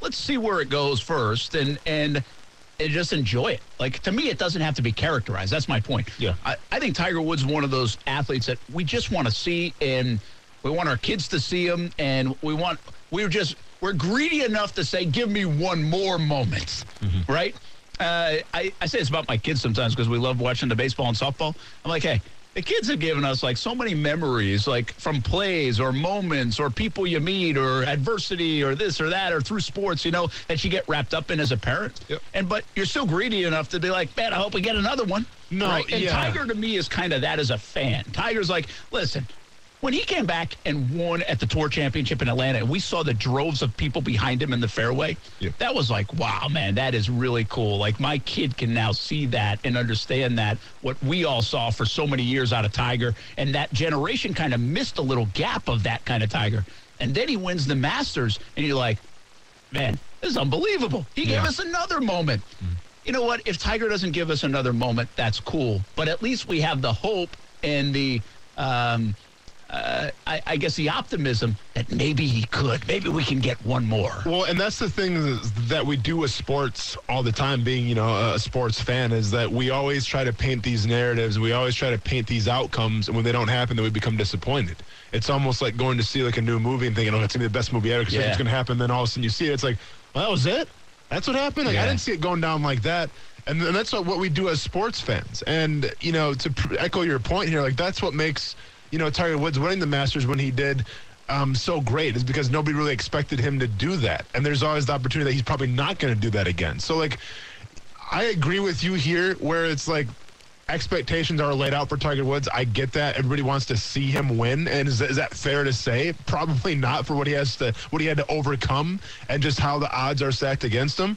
let's see where it goes first. And and and just enjoy it. Like to me, it doesn't have to be characterized. That's my point. Yeah. I, I think Tiger Woods is one of those athletes that we just want to see, and we want our kids to see him, and we want we're just we're greedy enough to say, give me one more moment, right? Uh, I, I say it's about my kids sometimes because we love watching the baseball and softball. I'm like, hey, the kids have given us like so many memories, like from plays or moments or people you meet or adversity or this or that or through sports, you know, that you get wrapped up in as a parent. Yep. And but you're still greedy enough to be like, man, I hope we get another one. No, and yeah. Tiger to me is kind of that as a fan. Tiger's like, listen, when he came back and won at the Tour Championship in Atlanta, and we saw the droves of people behind him in the fairway, Yeah. that was like, wow, man, that is really cool. Like my kid can now see that and understand that what we all saw for so many years out of Tiger, and that generation kind of missed a little gap of that kind of Tiger. And then he wins the Masters, and you're like, man, this is unbelievable. He gave us another moment. You know what? If Tiger doesn't give us another moment, that's cool. But at least we have the hope and the, um, uh, I, I guess, the optimism that maybe he could. Maybe we can get one more. Well, and that's the thing is that we do with sports all the time, being, you know, a sports fan, is that we always try to paint these narratives. We always try to paint these outcomes. And when they don't happen, then we become disappointed. It's almost like going to see like a new movie and thinking, oh, that's going to be the best movie ever because Yeah. it's going to happen. Then all of a sudden you see it. It's like, well, that was it? That's what happened? Like, I Yeah. didn't see it going down like that. And, and that's what, what we do as sports fans. And, you know, to pr- echo your point here, like, that's what makes, you know, Tiger Woods winning the Masters when he did um, so great is because nobody really expected him to do that. And there's always the opportunity that he's probably not going to do that again. So, like, I agree with you here where it's like expectations are laid out for Tiger Woods. I get that. Everybody wants to see him win. And is, is that fair to say? Probably not for what he has to, what he had to overcome and just how the odds are stacked against him.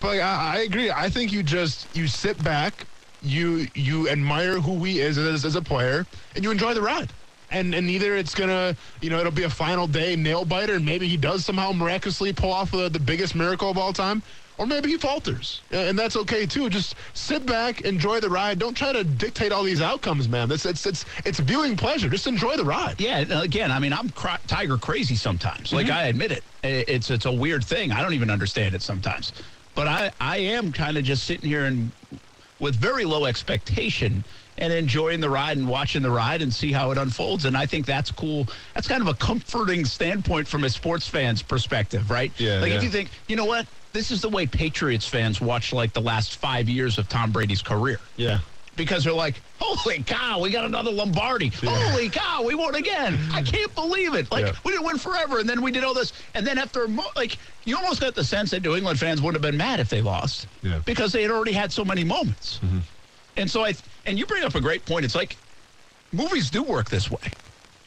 But like, I, I agree. I think you just, you sit back, you, you admire who he is as, as a player and you enjoy the ride. And, and either it's gonna, you know, it'll be a final day nail biter, and maybe he does somehow miraculously pull off the, the biggest miracle of all time, or maybe he falters, Uh, and that's okay too. Just sit back, enjoy the ride. Don't try to dictate all these outcomes, man. That's it's it's it's viewing pleasure. Just enjoy the ride. Mm-hmm. Yeah, and again, I mean, I'm cr- tiger crazy sometimes. Like I admit it. I- It's it's a weird thing. I don't even understand it sometimes. But I I am kind of just sitting here and with very low expectation and enjoying the ride and watching the ride and see how it unfolds. And I think that's cool. That's kind of a comforting standpoint from a sports fan's perspective, right? Yeah, Like yeah. if you think, you know what, this is the way Patriots fans watch like the last five years of Tom Brady's career Yeah. because they're like, holy cow, we got another Lombardi. Holy cow, we won again. I can't believe it. Like, Yeah. we didn't win forever, and then we did all this. And then after, a mo- like, you almost got the sense that New England fans wouldn't have been mad if they lost Yeah. Mm-hmm. because they had already had so many moments. And so I, and you bring up a great point. It's like movies do work this way,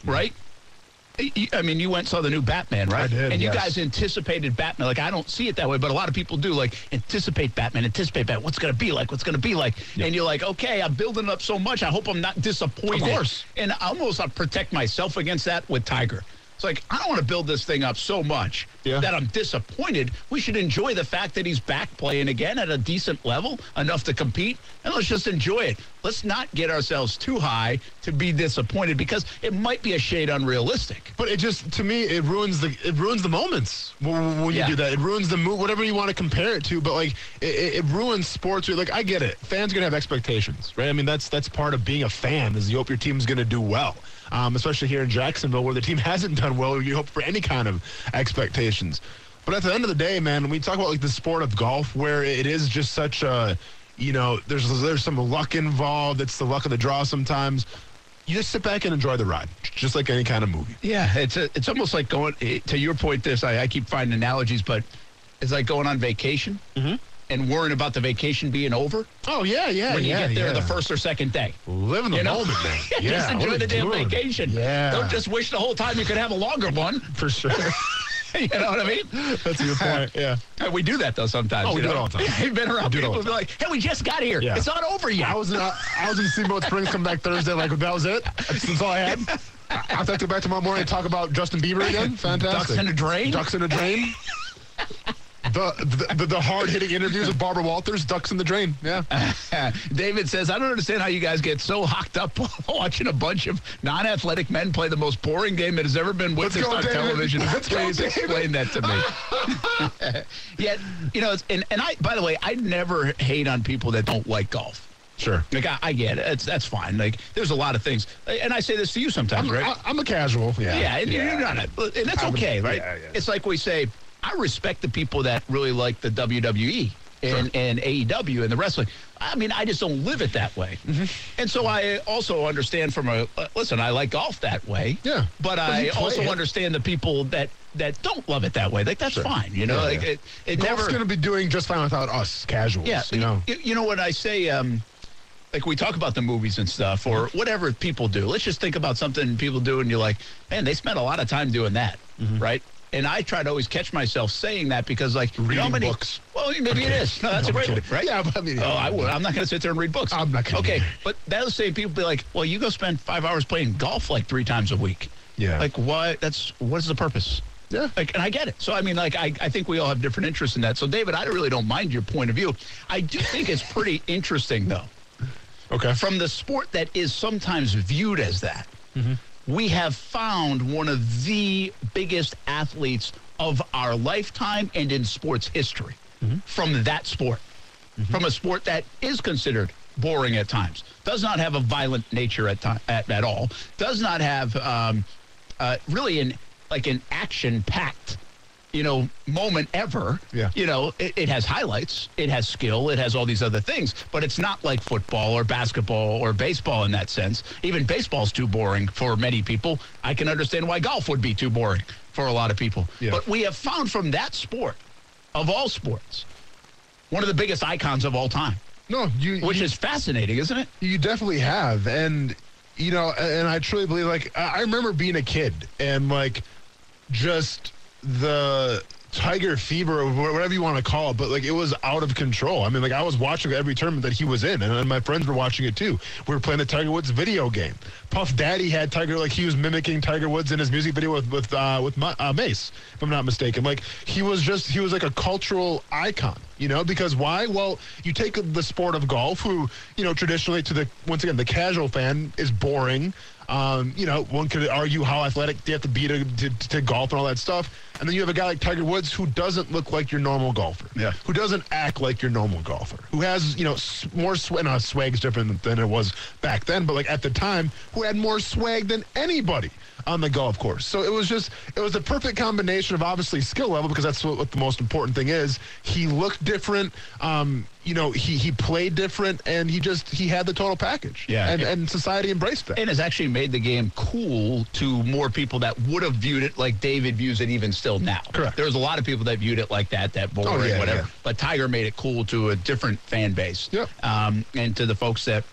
right? I- I I mean, you went and saw the new Batman, right? I did, And you yes. guys anticipated Batman. Like, I don't see it that way, but a lot of people do. Like, anticipate Batman, anticipate Batman. What's going to be like? What's going to be like? And you're like, okay, I'm building up so much. I hope I'm not disappointed. Of course. And I almost I protect myself against that with Tiger. It's like, I don't want to build this thing up so much Yeah. that I'm disappointed. We should enjoy the fact that he's back playing again at a decent level, enough to compete, and let's just enjoy it. Let's not get ourselves too high to be disappointed because it might be a shade unrealistic. But it just to me it ruins the it ruins the moments when, when Yeah. you do that. It ruins the mood, whatever you want to compare it to. But like it, it, it ruins sports. Like I get it, fans gonna have expectations, right? I mean that's that's part of being a fan is you hope your team's gonna do well. Um, especially here in Jacksonville where the team [LAUGHS] hasn't done well, you hope for any kind of expectations. But at the end of the day, man, when we talk about like the sport of golf where it is just such a you know there's there's some luck involved. It's the luck of the draw sometimes. You just sit back and enjoy the ride, just like any kind of movie. Yeah, it's a, it's almost like going to your point. This I, I keep finding analogies, but it's like going on vacation and worrying about the vacation being over Mm-hmm. Oh yeah, yeah. when you yeah, get there yeah. the first or second day. [LAUGHS] living the You know? moment, [LAUGHS] man. Yeah, just what enjoy are the you damn doing? vacation. Yeah, Don't just wish the whole time you could have a longer one. [LAUGHS] for sure. you know what I [LAUGHS] mean? That's your point. Yeah. Uh, We do that though sometimes. Oh, we you do know? it all the time. [LAUGHS] You've been We around do it all people the be like, "Hey, we just got here. Yeah. It's not over yet." I was in I, I was in Steamboat Springs. Come back Thursday. Like that was it. That's, that's all I had. I, I have to go back tomorrow morning and talk about Justin Bieber again. Fantastic. Ducks in a drain? Ducks in a drain. the, the, the hard hitting interviews of Barbara Walters, ducks in the drain. Yeah. [LAUGHS] David says, I don't understand how you guys get so hocked up [LAUGHS] watching a bunch of non athletic men play the most boring game that has ever been Let's witnessed go, on David. television. Let's go, Please David. explain that [LAUGHS] to me. Yet, you know, it's, and, and I, by the way, I never hate on people that don't like golf. Sure. Like, I, I get it. It's, that's fine. Like, there's a lot of things. And I say this to you sometimes, I'm, right? I, am a casual. Yeah. Yeah, and you're not, a- and that's I would- okay, right? yeah, yeah. It's like we say, I respect the people that really like the WWE and, and AEW and the wrestling. I mean, I just don't live it that way, Mm-hmm. and so I also understand from a uh, listen. I like golf that way, Yeah. but Well, I you play also it. understand the people that that don't love it that way. Like that's fine, you know. Yeah, like yeah. it, it Golf's never going to be doing just fine without us casuals. yeah, You know. You, you know what I say? Um, like we talk about the movies and stuff, or Mm-hmm. whatever people do. Let's just think about something people do, and you're like, man, they spent a lot of time doing that, Mm-hmm. right? And I try to always catch myself saying that because, like, you know how Reading many books. Well, maybe it is. [LAUGHS] No, that's a great one, right? Yeah, but I mean, Oh, I would. I'm not going to sit there and read books. I'm not gonna Okay, either. but those same people be like, "Well, you go spend five hours playing golf like three times a week." Yeah. Like, why? That's what is the purpose? Yeah. Like, and I get it. So I mean, like, I, I think we all have different interests in that. So David, I really don't mind your point of view. I do think it's pretty interesting though, Okay. from the sport that is sometimes viewed as that. Mm-hmm. We have found one of the biggest athletes of our lifetime and in sports history from that sport from a sport that is considered boring at times, does not have a violent nature at time at, at all, does not have um, uh, really an like an action packed you know moment ever Yeah. you know it, it has highlights it has skill it has all these other things but it's not like football or basketball or baseball in that sense even baseball's too boring for many people i can understand why golf would be too boring for a lot of people Yeah. but we have found from that sport of all sports one of the biggest icons of all time, no, you. which you- is fascinating, isn't it? You definitely have, and you know, a- and I truly believe. Like, I I remember being a kid, and like, just the tiger fever, or wha- whatever you want to call it, but like, it was out of control. I mean, like, I was watching every tournament that he was in, and, and my friends were watching it too. We were playing the Tiger Woods video game. Puff Daddy had Tiger, like, he was mimicking Tiger Woods in his music video with with uh, with Ma- uh, Mace, if I'm not mistaken. Like, he was just he was like a cultural icon, you know? Because why? Well, you take the sport of golf, who you know traditionally to the once again the casual fan is boring. Um, you know, one could argue how athletic they have to be to, to, to golf and all that stuff. And then you have a guy like Tiger Woods who doesn't look like your normal golfer. Yeah. Who doesn't act like your normal golfer. Who has, you know, s- more swag. No, swag's different than it was back then, but like at the time, who had more swag than anybody on the golf course. So it was just, it was the perfect combination of obviously skill level because that's what, what the most important thing is. He looked different. Um, you know, he, he played different and he just, he had the total package. Yeah. And, and society embraced that. And has actually made the game cool to more people that would have viewed it like David views it even still now. Correct. There's a lot of people that viewed it like that, that boring, Oh, yeah, whatever. yeah. But Tiger made it cool to a different fan base. Yep. Um, and to the folks that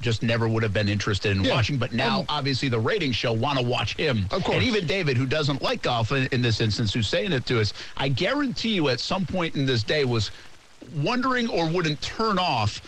just never would have been interested in Yeah. Um, watching. But now, obviously, the ratings show want to watch him. Of course. And even David, who doesn't like golf in, in this instance, who's saying it to us, I guarantee you at some point in this day was wondering or wouldn't turn off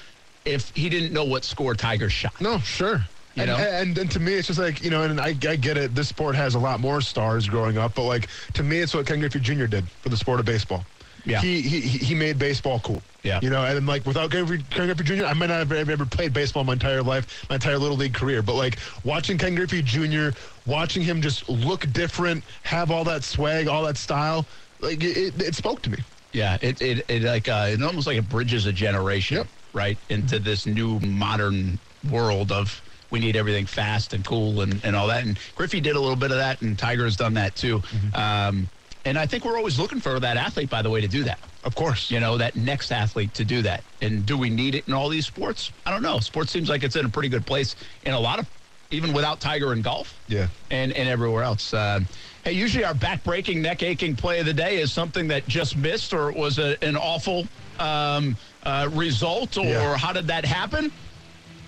if he didn't know what score Tiger shot. No, sure. You and, know? and and to me, it's just like you know, and I, I get it. This sport has a lot more stars growing up, but like to me, it's what Ken Griffey Jr. did for the sport of baseball. Yeah. he he he he made baseball cool. Yeah. you know, and then, like without Ken Griffey, Ken Griffey Jr., I might not have ever, ever played baseball my entire life, my entire little league career. But like watching Ken Griffey Jr., watching him just look different, have all that swag, all that style, like it, it, it spoke to me. Yeah, it it, it like uh, it almost like it bridges a generation, Yep. right, into this new modern world of we need everything fast and cool and, and all that. And Griffey did a little bit of that, and Tiger's done that too. Mm-hmm. Um, and I think we're always looking for that athlete, by the way, to do that. Of course. You know, that next athlete to do that. And do we need it in all these sports? I don't know. Sports seems like it's in a pretty good place in a lot of, even without Tiger and golf. Yeah. And and everywhere else. Uh, hey, usually our back breaking, neck aching play of the day is something that just missed or was a, an awful um, uh, result or Yeah. how did that happen?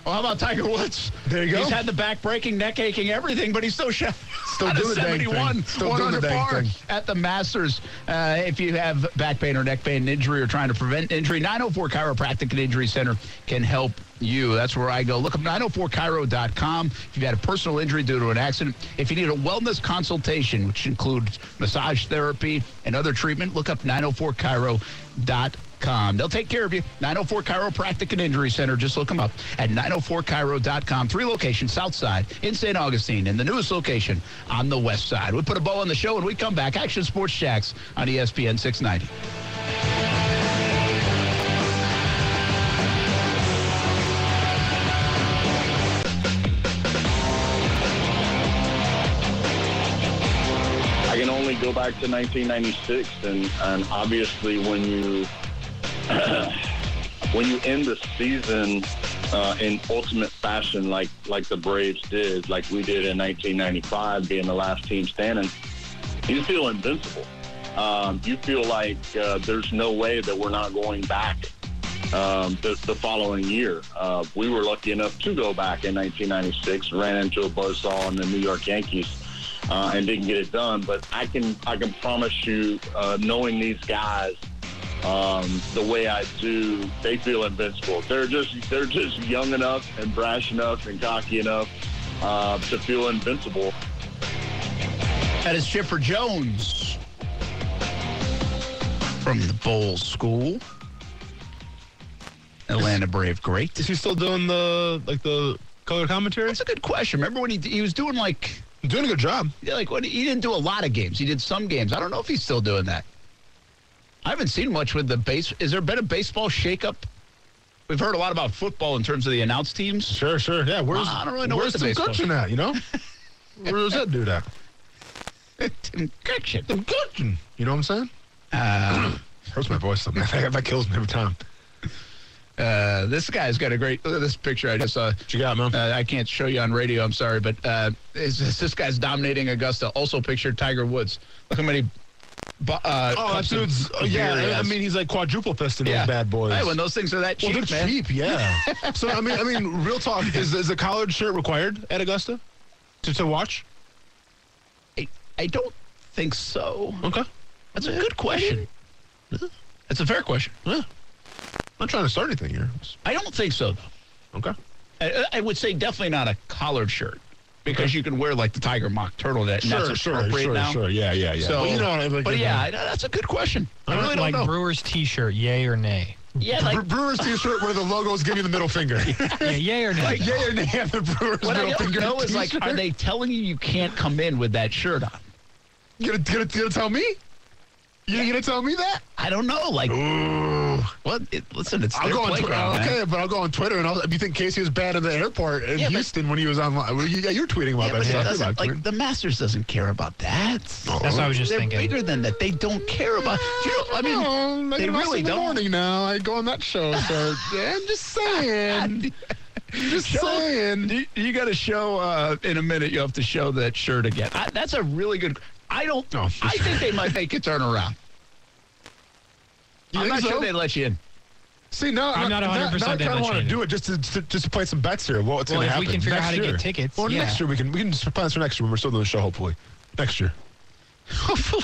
Well, how about Tiger Woods? There you go. He's had the back breaking, neck aching, everything, but he's still shot. Still out doing of the dang thing. 71, Still one doing the under dang par thing. at the Masters. Uh, if you have back pain or neck pain, injury, or trying to prevent injury, 904 Chiropractic and Injury Center can help you. That's where I go. Look up 904chiro.com if you've had a personal injury due to an accident. If you need a wellness consultation, which includes massage therapy and other treatment, look up 904chiro.com. They'll take care of you. 904 Chiropractic and Injury Center. Just look them up at 904chiro.com. Three locations, South Side in St. Augustine, and the newest location on the West Side. We put a bow on the show and we come back. Action Sports Shacks on E ESPN 690. I can only go back to 1996, and, and obviously when you [CLEARS THROAT] when you end the season uh, in ultimate fashion, like like the Braves did, like we did in 1995, being the last team standing, you feel invincible. Um, you feel like uh, there's no way that we're not going back um, the, the following year. Uh, we were lucky enough to go back in 1996, ran into a buzzsaw in the New York Yankees, uh, and didn't get it done. But I can I can promise you, uh, knowing these guys um, the way I do, they feel invincible. They're just they're just young enough and brash enough and cocky enough uh, to feel invincible. That is Chipper Jones from the Bowl School. Atlanta Brave great. Is he still doing the like the color commentary? That's a good question. Remember when he he was doing like Doing a good job. yeah, like when he didn't do a lot of games. He did some games. I don't know if he's still doing that. I haven't seen much with the base. Is there been a baseball shakeup? We've heard a lot about football in terms of the announced teams. Sure, sure. Yeah, where's I don't really know where's what the Tim baseball- Gretchen at? You know, where's that dude at? [LAUGHS] Tim Gretchen. Tim Gretchen. You know what I'm saying? [CLEARS THROAT] Hurts my voice. something. [LAUGHS] that kills me every time. Uh, this guy's got a great. Look at this picture I just saw. What you got, man? Uh, I can't show you on radio. I'm sorry, but uh, it's, it's- this guy's dominating Augusta. Also pictured Tiger Woods. Look how many. bu- Uh, oh, that cups of dude's. beer he yeah, I- I has. mean, he's like quadruple fisting Yeah. those bad boys. Hey, when those things are that well, cheap, they're man. cheap, yeah. so I mean, I mean, real talk [LAUGHS] is is a collared shirt required at Augusta to, to watch? I, I don't think so. Okay, That's a good question. That's a fair question. yeah. Not trying to start anything here. I don't think so, though. Okay, I, I would say definitely not a collared shirt because you can wear like the tiger mock turtleneck. and sure, that's sure, appropriate sure, now. sure. Yeah, yeah, yeah. So, Well, you know, what I mean, like, but you yeah, know. I- that's a good question. I really don't like know. Brewers T-shirt, yay or nay? yeah, like Bre- Brewers T-shirt where the logos give you the middle [LAUGHS] finger. Yeah, yay or nay. yeah, and they have the Brewers what I middle don't finger. know is like, are t-shirt. they telling you you can't come in with that shirt on? You gonna, gonna, gonna tell me? You gonna tell me that? I don't know. Like, what? It, listen, it's I'll their go on Twitter. playground. man. Okay, but I'll go on Twitter and I'll. If you think Casey was bad in the airport in Yeah, but- Houston when he was on, well, you, yeah, you're tweeting about Yeah, that but it stuff. You're doesn't, not like tweeting. the Masters doesn't care about that. That's what I was just They're thinking. bigger than that. They don't care about. You know, I mean, No, I they get lost really in the don't. morning now. I go on that [LAUGHS] show. So yeah, I'm just [LAUGHS] saying. I'm just saying. You, you got to show uh, in a minute. You have to show that shirt again. I, that's a really good. I don't. Oh. know. I think they might make a turnaround. You I'm think not sure so? they let you in. See, now I'm not now- 100% Now, I they kind let of you want to in. do it just to, to just to play some bets here. Well, what's Well, gonna if we happen can figure out next how to year. get tickets, Well, yeah. next year we can we can just plan for next year when we're still doing the show. Hopefully, next year. Hopefully.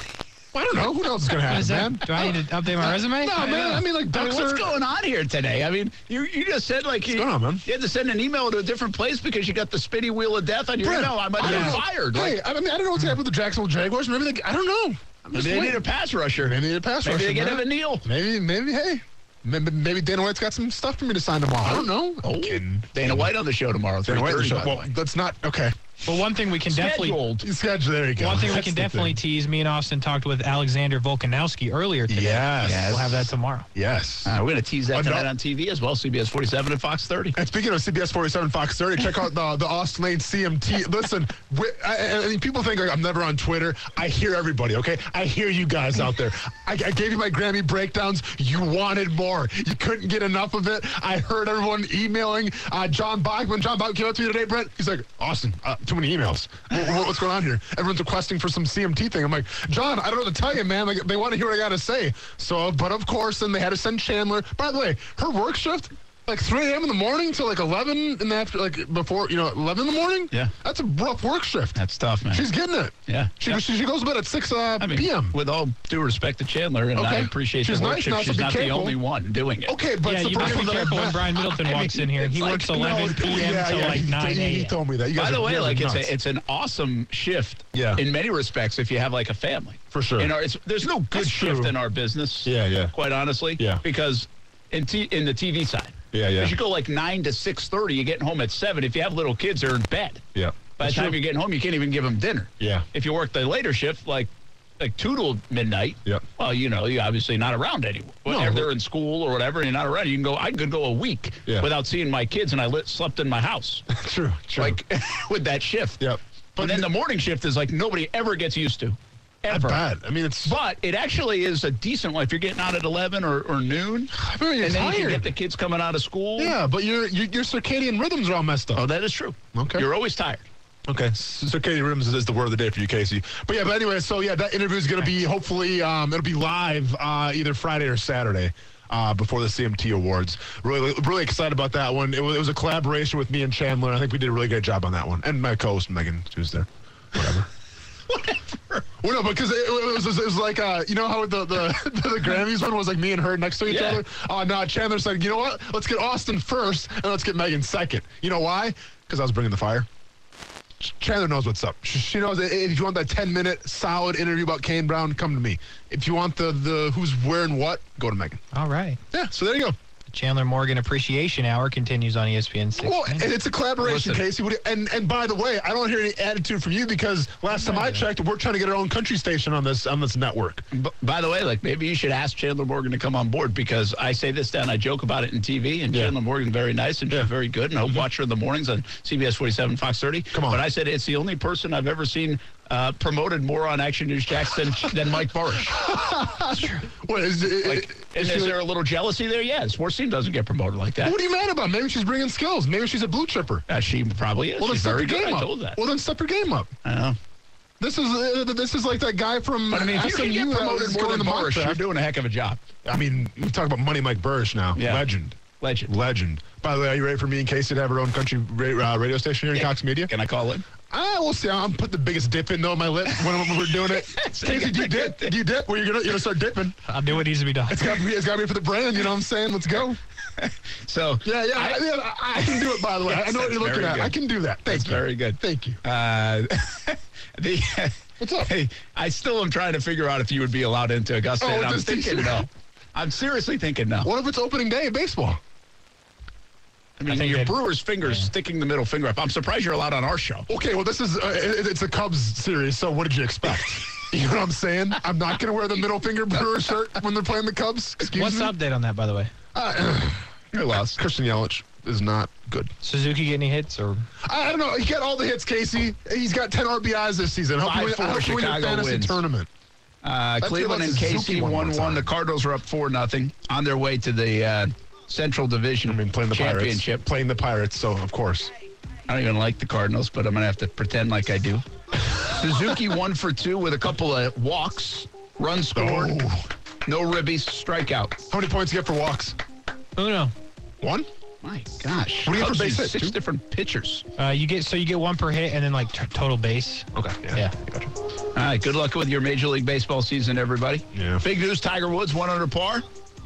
Well, I don't know. Who knows is gonna happen, Is man? that, do I need to update my resume? No, man. I mean, like I mean, ducks what's are. going on here today? I mean, you you just said like you, going on, man? you had to send an email to a different place because you got the spinny wheel of death on your Brent, email. I might I don't have know. fired. Hey, Like, I mean, I don't know what's happened with the Jacksonville Jaguars. Maybe they, I don't know. I'm just they need waiting. a pass rusher. Maybe they need a pass Maybe rusher. they get man. Evan Neal. Maybe, maybe, hey, maybe, maybe Dana White's got some stuff for me to sign tomorrow. I don't know. Oh, Dana White on the show tomorrow. Dana White. 3:30, by the Well, way. that's not okay. But one thing we can definitely Scheduled. You schedule. There you go. one thing we That's can the definitely thing. tease. Me and Austin talked with Alexander Volkanowski earlier today. Yes. We'll have that tomorrow. Yes. Uh, we're going to tease that Another- tonight on TV as well. CBS 47 and Fox 30. [LAUGHS] And speaking of CBS 47 Fox 30, check out the, the Austin Lane CMT. Listen, we, I, I- I mean, people think like, I'm never on Twitter. I hear everybody, okay? I hear you guys out there. I, I gave you my Grammy breakdowns. You wanted more. You couldn't get enough of it. I heard everyone emailing uh, John Bachman. John Bachman came up to me today, Brent. He's like, Austin, uh, too many emails. Wh- wh- what's going on here? Everyone's requesting for some CMT thing. I'm like, John, I don't know what to tell you, man. Like, they want to hear what I got to say. So, but of course, then they had to send Chandler. By the way, her work shift, Like 3 a.m. in the morning to like 11 in the after, like before, you know, 11 in the morning? Yeah. That's a rough work shift. That's tough, man. She's getting it. Yeah. She, Yeah. she, she goes to bed at 6 uh, I mean, p.m. with all due respect to Chandler, and I Okay. appreciate She's the work nice shift, enough to she's be not the careful. only one doing it. Okay, but yeah, it's you the better be Browns- careful [LAUGHS] when Brian Middleton walks in here. He it's works like, no, 11 p.m. till yeah, like he- 9 he, a.m. told me that. You guys By the are way, really like it's nuts. a, it's an awesome shift. Yeah. In many respects, if you have like a family, For sure. In our, it's, there's no good That's shift true. in our business. Yeah, yeah. Quite honestly. Yeah. Because in t- in the TV side. Yeah, yeah. Because you go like nine to six thirty, you're getting home at seven. If you have little kids, they're in bed. Yeah. By the time you're getting home, you can't even give them dinner. Yeah. If you work the later shift, like like two till midnight. Yeah. Well, you know, you're obviously not around anyone. No. if they're in school or whatever, and you're not around, you can go. I could go a week Yeah. without seeing my kids, and I lit, slept in [LAUGHS] my house true, true. like [LAUGHS] with that [LAUGHS] shift. Yep. But But then the- the morning shift is like nobody ever gets used to. not Ever. bad. I mean, it's. But it actually is a decent one if you're getting out at 11 or, or noon. [SIGHS] I mean, you're and then you can tired. get the kids coming out of school. yeah, but your, your your circadian rhythms are all messed up. Oh, that is true. Okay. You're always tired. Okay, so circadian rhythms is the word of the day for you, Casey. But yeah, but anyway, so yeah, that interview is going to be hopefully um, it'll be live uh, either Friday or Saturday uh, before the CMT Awards. Really, really excited about that one. It was, it was a collaboration with me and Chandler. I think we did a really great job on that one, and my co-host Megan, she was there. Whatever. Well, no, because it, it, was, it was like uh, you know how the, [LAUGHS] the the Grammys one was like me and her next to each Yeah. other. Uh, no, Chandler said, you know what? Let's get Austin first, and let's get Megan second. You know why? Because I was bringing the fire. Ch- Chandler knows what's up. Sh- She knows i- if you want that 10 minute solid interview about Kane Brown, come to me. If you want the the who's wearing what, go to Megan. All right. Yeah, so there you go. The Chandler Morgan Appreciation Hour continues on E ESPN 6. Well, and it's a collaboration, Listen. Casey. What do you- And and by the way, I don't hear any attitude from you because last time I checked, we're trying to get our own country station on this on this network. B- by the way, like maybe you should ask Chandler Morgan to come on board because I say this down, I joke about it in TV, and Chandler Morgan very nice and she's very good, and I watch her in the mornings on CBS 47, Fox 30. Come on. but I said it's the only person I've ever seen uh, promoted more on Action News Jackson than [LAUGHS] Mike Barish. What is it? Like, is and she- is there a little jealousy there? Yeah, sports team doesn't get promoted like that. what are you mad about? Maybe she's bringing skills. Maybe she's a blue chipper. Uh, she probably is. Well, then She's step very your good. game I up. told that. Well, then step your game up. I know. This is uh, this is like that guy from But I mean, if you SMU can get that promoted was more going than to Barish, Minecraft. you're doing a heck of a job. I mean, we talk about Money Mike Burrish now. Yeah. Legend. Legend. Legend. By the way, are you ready for me and Casey to have our own country ra- uh, radio station here in Cox Media? Can I call it? I will see. I'm put the biggest dip in though my lip when, when we're doing it. Casey, do you dip? Do you dip? Well, you're gonna you're gonna start dipping. I'll do what needs to be done. It's got to be it's got to be for the brand. You know what I'm saying? Let's go. [LAUGHS] So Yeah, yeah. I, yeah, I, I can do it. By the way, I know what that's you're looking very at. good. I can do that. Thank That's you. very good. Thank you. Uh, [LAUGHS] the [LAUGHS] What's up? Hey, I still am trying to figure out if you would be allowed into Augusta. Oh, and I'm just- thinking [LAUGHS] no. I'm seriously thinking no. What if it's opening day of baseball? I mean, think your they'd- brewer's fingers sticking the middle finger up. I'm surprised you're allowed on our show. Okay, well, this is uh, it, it's a Cubs series, so what did you [LAUGHS] expect? you know what I'm saying? I'm not gonna wear the middle finger Brewer shirt when they're playing the Cubs. Excuse What's me. Uh, the update on that, by the way? [SIGHS] You're lost. Christian Yelich is not good. Suzuki get any hits or I don't know. He got all the hits, Casey. He's got 10 RBIs this season. I hope you win, I Five-four hope you win your Chicago fantasy wins. tournament. Uh, Let's Cleveland give and us Suzuki KC one more 1 1. time. The Cardinals are up 4 nothing on their way to the uh, Central Division I mean, playing the championship. Pirates. Playing the Pirates, so of course. I don't even like the Cardinals, but I'm going to have to pretend like I do. [LAUGHS] Suzuki one for two with a couple of walks, runs scored, Oh. no ribbies, strikeout. How many points you get for walks? Uno? One? My gosh. What do you have for Cubs base use hit, Six two? different pitchers. Uh, you get so you get one per hit and then like t- total base. Okay. Yeah. Yeah. All right, good luck with your Major League Baseball season, everybody. Yeah. Big news Tiger Woods, one under par.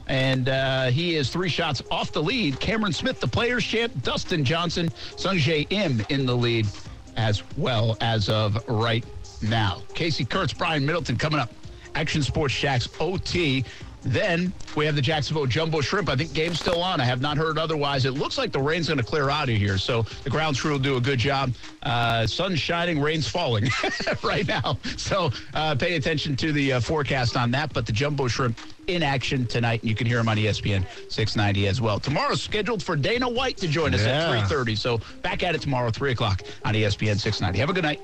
And uh, he is three shots off the lead. Cameron Smith, the players' champ. Dustin Johnson, Sung Jae Im in the lead as well as of right now. Casey Kurtz, Brian Middleton coming up. Action Sports Shacks OT. Then we have the Jacksonville Jumbo Shrimp. I think game's still on. I have not heard otherwise. It looks like the rain's going to clear out of here, so the ground crew will do a good job. Uh, sun's shining, rain's falling [LAUGHS] right now. So uh, pay attention to the uh, forecast on that. But the Jumbo Shrimp in action tonight, and you can hear him on E ESPN 690 as well. Tomorrow's scheduled for Dana White to join us Yeah. E at 3:30. So back at it tomorrow, 3 o'clock on ESPN 690. Have a good night.